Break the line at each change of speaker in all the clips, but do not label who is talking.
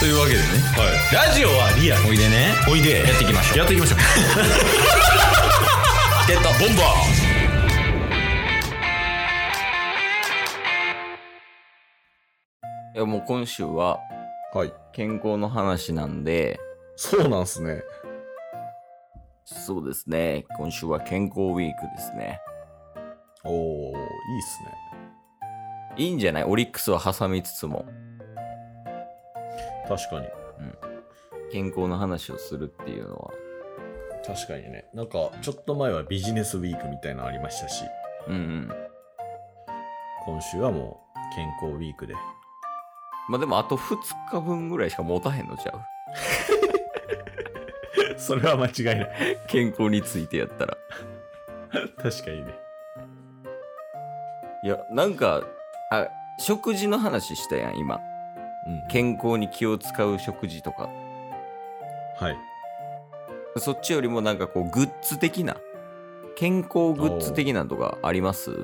というわけでね、ラジオはリアおいでね
おいで
やっていきましょう
やって いきましょう
ゲットボンバ
いやもう今週は
はい
健康の話なんで、
そうなんすね
そうですね、今週は健康ウィークですね。
おおいいっすね
いいんじゃないオリックスは挟みつつも
確かに
健康の話をするっていうのは。
確かにねなんかちょっと前はビジネスウィークみたいなのありましたし
うんうん。
今週はもう健康ウィークで
まあでもあと2日分ぐらいしか持たへんのちゃう
それは間違いない
健康についてやったら。
確かにね
いや、なんか、あ、食事の話したやん、今。
うん
健康に気を使う食事とか。
はい
そっちよりもなんかこう、グッズ的な。健康グッズ的なのとかあります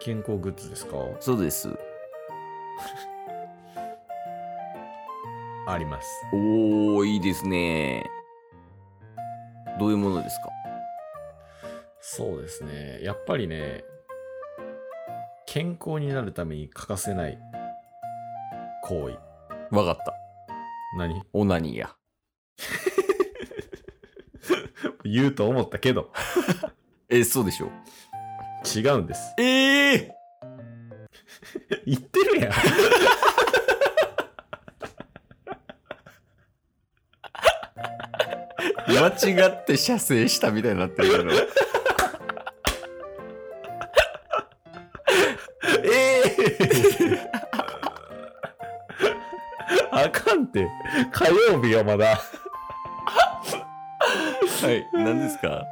健康グッズですか
そうです。
あります
おー、いいですね。どういうものですか
そうですねやっぱりね健康になるために欠かせない行為
わかった。
何
オナニーや。
言うと思ったけど
え、そうでしょ
違うんです
ええ
言ってるやん。
間違って射精したみたいになってるけど。
ええあかんって。火曜日はま だ。
はい。何ですか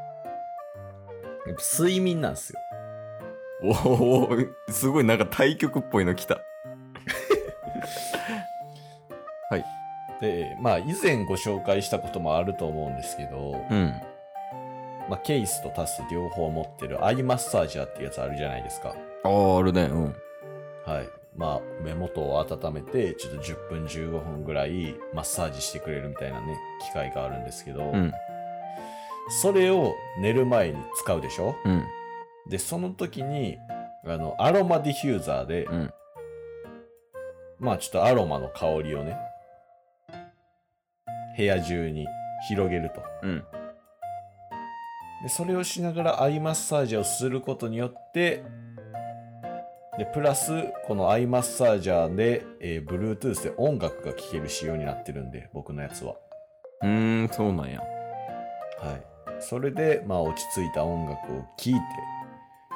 睡眠なんすよ。
おおすごいなんか対局っぽいの来た。
で、まあ以前ご紹介したこともあると思うんですけど、
うん。
まあケースとタス両方持ってるアイマッサージャーっていうやつあるじゃないですか。
ああ、あるね。うん。
はい。まあ目元を温めて、ちょっと10分15分ぐらいマッサージしてくれるみたいなね、機械があるんですけど、
うん。
それを寝る前に使うでしょ
うん。
で、その時に、あの、アロマディフューザーで、
うん。
まあちょっとアロマの香りをね、部屋中に広げると。
うん。
で、それをしながらアイマッサージをすることによって、で、プラス、このアイマッサージャーで、えー Bluetooth で音楽が聴ける仕様になってるんで、僕のやつは。
うーん、そうなんや。
はい。それで、まあ落ち着いた音楽を聴いて、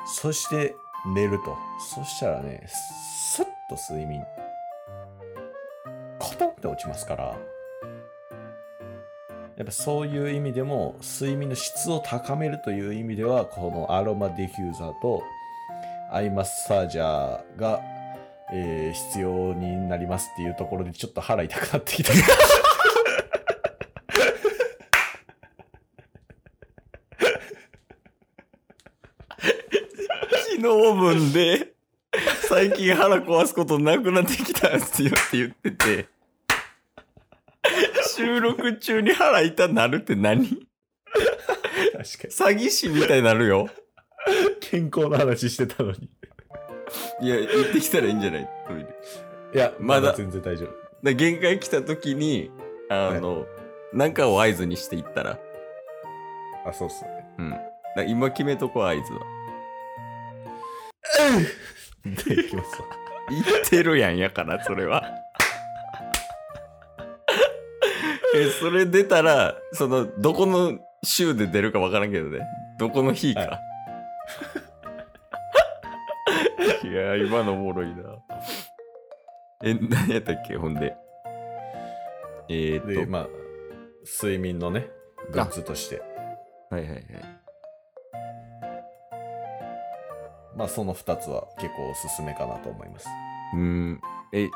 そして寝ると。そしたらね、スッと睡眠、コトンって落ちますから、やっぱそういう意味でも、睡眠の質を高めるという意味では、このアロマディフューザーとアイマッサージャーが、えー必要になりますっていうところでちょっと腹痛くなってきた。
昨日分で、最近腹壊すことなくなってきたんすよって言ってて、収録中に腹痛なるって何
確かに。
詐欺師みたいになるよ。
健康の話してたのに。
いや、行ってきたらいいんじゃないトイレだか
いや、
まだ
全然大丈夫。
ら限界来た時に、あの、なんかを合図にして行ったら。
あ、そうっすね。
うん。だから今決めとこう、合図は。
で、いきますわ。
言ってるやんやから、それは。え、それ出たら、その、どこの週で出るかわからんけどね。どこの日か。、
はい
やー、今のおもろいな。え、何やったっけ、ほんで。えー、っと、
で、まあ、睡眠のね、グッズとして。
はいはいはい。
まあ、その2つは結構おすすめかなと思います。
うーん。え、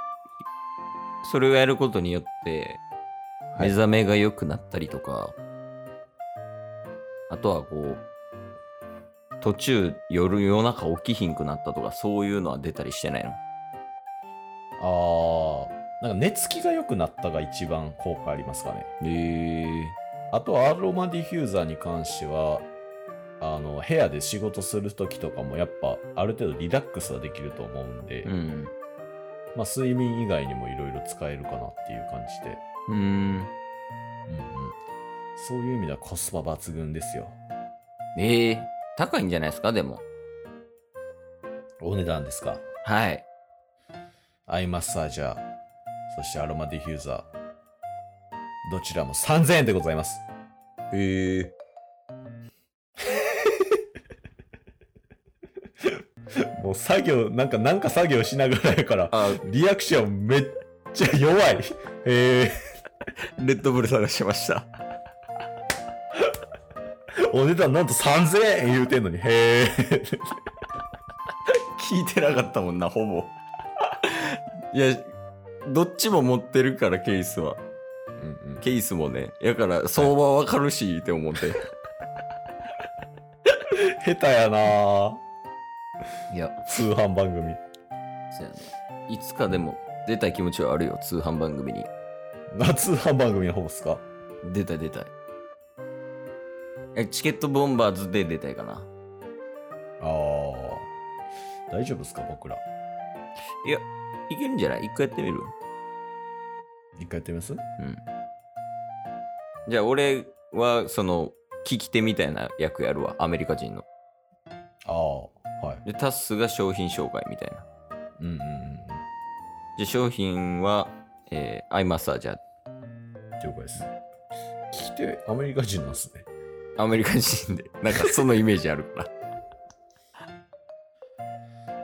それをやることによって、
は
目
い
覚めが良くなったりとか、あとはこう、途中夜夜中起きひんくなったとか、そういうのは出たりしてないの
あなんか寝つきが良くなったが一番効果ありますかね。
えー、
あとアロマディフューザーに関しては、あの、部屋で仕事するときとかもやっぱある程度リラックスはできると思うんで、
うん。
まあ睡眠以外にもいろいろ使えるかなっていう感じで、
うーん。
うんうん。そういう意味ではコスパ抜群ですよ。
ええー、高いんじゃないですか、でも。
お値段ですか。
はい。
アイマッサージャー、そしてアロマディフューザー、どちらも3000円でございます。
ええ
もう作業、なんか、なんか作業しながらやから、
あ、
リアクションめっちゃ弱い。え
レッドブル探してました。
ー、お値段なんと3000円言うてんのに、へー。
聞いてなかったもんな、ほぼ。いや、どっちも持ってるから、ケースは。
うんうん
ケースもね。やから、相場わかるし、って思って。
下手やなぁ
いや、
通販番組。
そうやね。いつかでも出たい気持ちはあるよ、通販番組に。
あ通販番組の方っすか
出たい出たい。え、チケットボンバーズで出たいかな。
あー大丈夫っすか僕ら。
いけるんじゃない一回やってみる
一回やってみます
うん。じゃあ、俺は、その、聞き手みたいな役やるわ、アメリカ人の。
ああ、はい。
で、タッスが商品紹介みたいな。
うんうんうん
じゃあ商品は、えーアイマッサージャー。
うん。了解です。聞き手、アメリカ人なんすね。
アメリカ人で。なんかそのイメージあるから。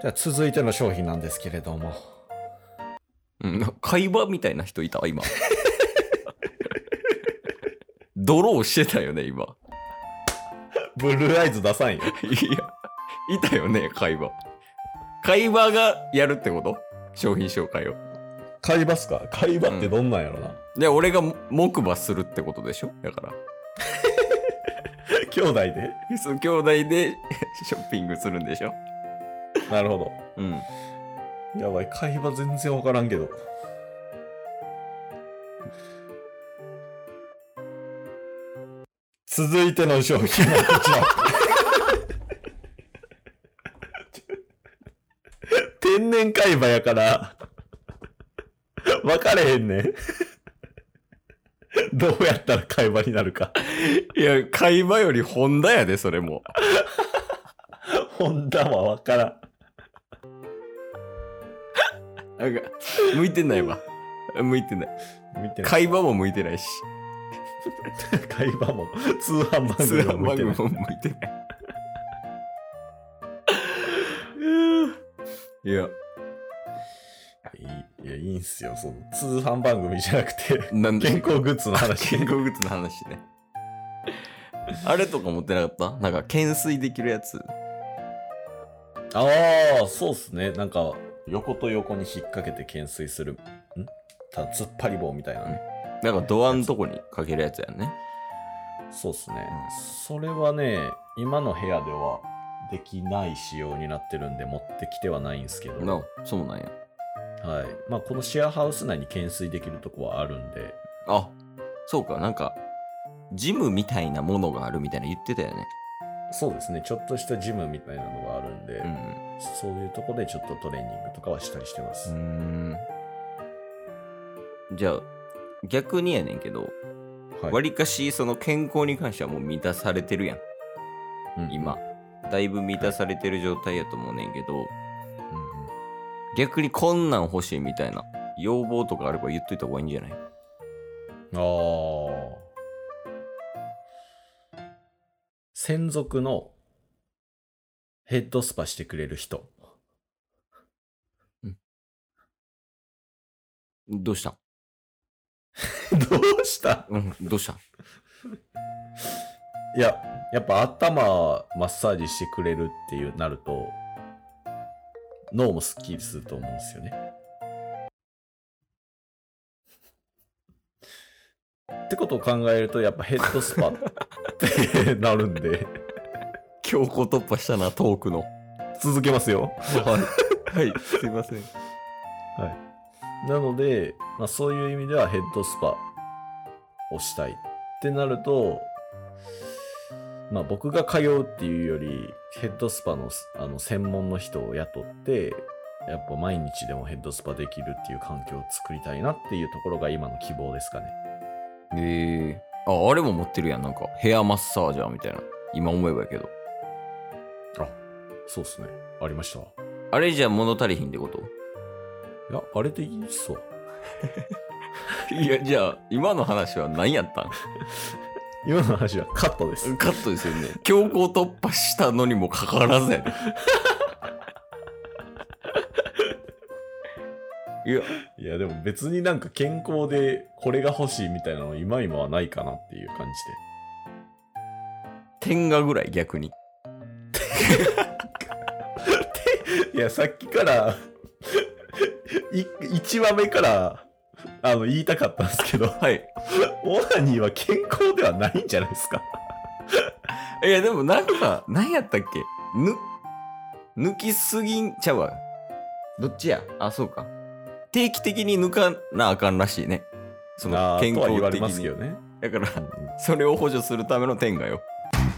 じゃあ続いての商品なんですけれども。
うん、なんか会話みたいな人いた今。 ドローしてたよね、今。
ブルーアイズ出さんよ。
いや、いたよね、会話。会話がやるってこと商品紹介を。
買いますか買い場ってどんなんやろな、
で、俺が木馬するってことでしょだから。
兄弟で
そう兄弟で ショッピングするんでしょ
なるほ
うん。
ど。やばい、会話全然わからんけど。続いての商品はこちら。天然会話やから、分かれへんねん。どうやったら会話になるか。
いや、会話より本田やで、それも。
ホンダは分からん。
なんか、向いてないわ。向いてない。
見てない
会話も向いてないし、
会話も通販番
通
組も
販番
向いて
組
な
も
い
向いてない。いや、
いいいやいいんすよその通販番組じゃなくて
なん
健康グッズの話
健康グッズの話ね。あれとか持ってなかったなんか、懸垂できるやつ。
ああそうっすねなんか横と横に引っ掛けて懸垂するんた突っ張り棒みたいなね、
なんか、ドアのとこにかけるやつやね。
そうっすね
うん
それはね今の部屋ではできない仕様になってるんで持ってきてはないんですけど、
なそうなんや。
はいまあ、このシェアハウス内に懸垂できるとこはあるんで
あ、そうか、なんか、ジムみたいなものがあるみたいな言ってたよね。
そうですねちょっとしたジムみたいなのがあるんで、
うん。
そういうとこでちょっとトレーニングとかはしたりしてま
う
す。
ーんじゃあ逆にやねんけど
はい
わり、かしその健康に関してはもう満たされてるやん
うん
今だいぶ満たされてる状態やと思うねんけど、
うんうん
逆にこんなん欲しいみたいな要望とかあれば言っといた方がいいんじゃない
あー専属のヘッドスパしてくれる人。
どうした
どうした
うんどうした
いや、やっぱ頭マッサージしてくれるっていうなると、脳もスッキリすると思うんですよね。ってことを考えると、やっぱヘッドスパってなるんで、
強行突破したなトークの
続けますよ。
はい、はい、すいません
なので、まあ、そういう意味ではヘッドスパをしたいってなると、まあ、僕が通うっていうよりヘッドスパのあの専門の人を雇ってやっぱ毎日でもヘッドスパできるっていう環境を作りたいなっていうところが今の希望ですかね。
えー、ああれも持ってるやんなんかヘアマッサージャーみたいな今思えばやけど
あ、そうっすね。ありました。い
あれじゃ物足りひんってこと
や、あれでいいっすわ。
いやじゃあ今の話は何やったん
今の話はカットです。
カットですよね。強行突破したのにもかかわらずやで。いや、
いや、でも別になんか健康でこれが欲しいみたいなの今今はないかなっていう感じで。
天下ぐらい逆に。
いや、さっきから、い、1話目から、あの、言いたかったんですけど、
はい。
オナニーは健康ではないんじゃないですか。
いや、でもなんか、何やったっけぬ、抜きすぎんちゃうわ。どっちやあ、そうか。定期的に抜かなあかんらしいね。その
あー
健
とは
康
言われ
的
ますけ
に
ど。ね。
だから、それを補助するための天下よ。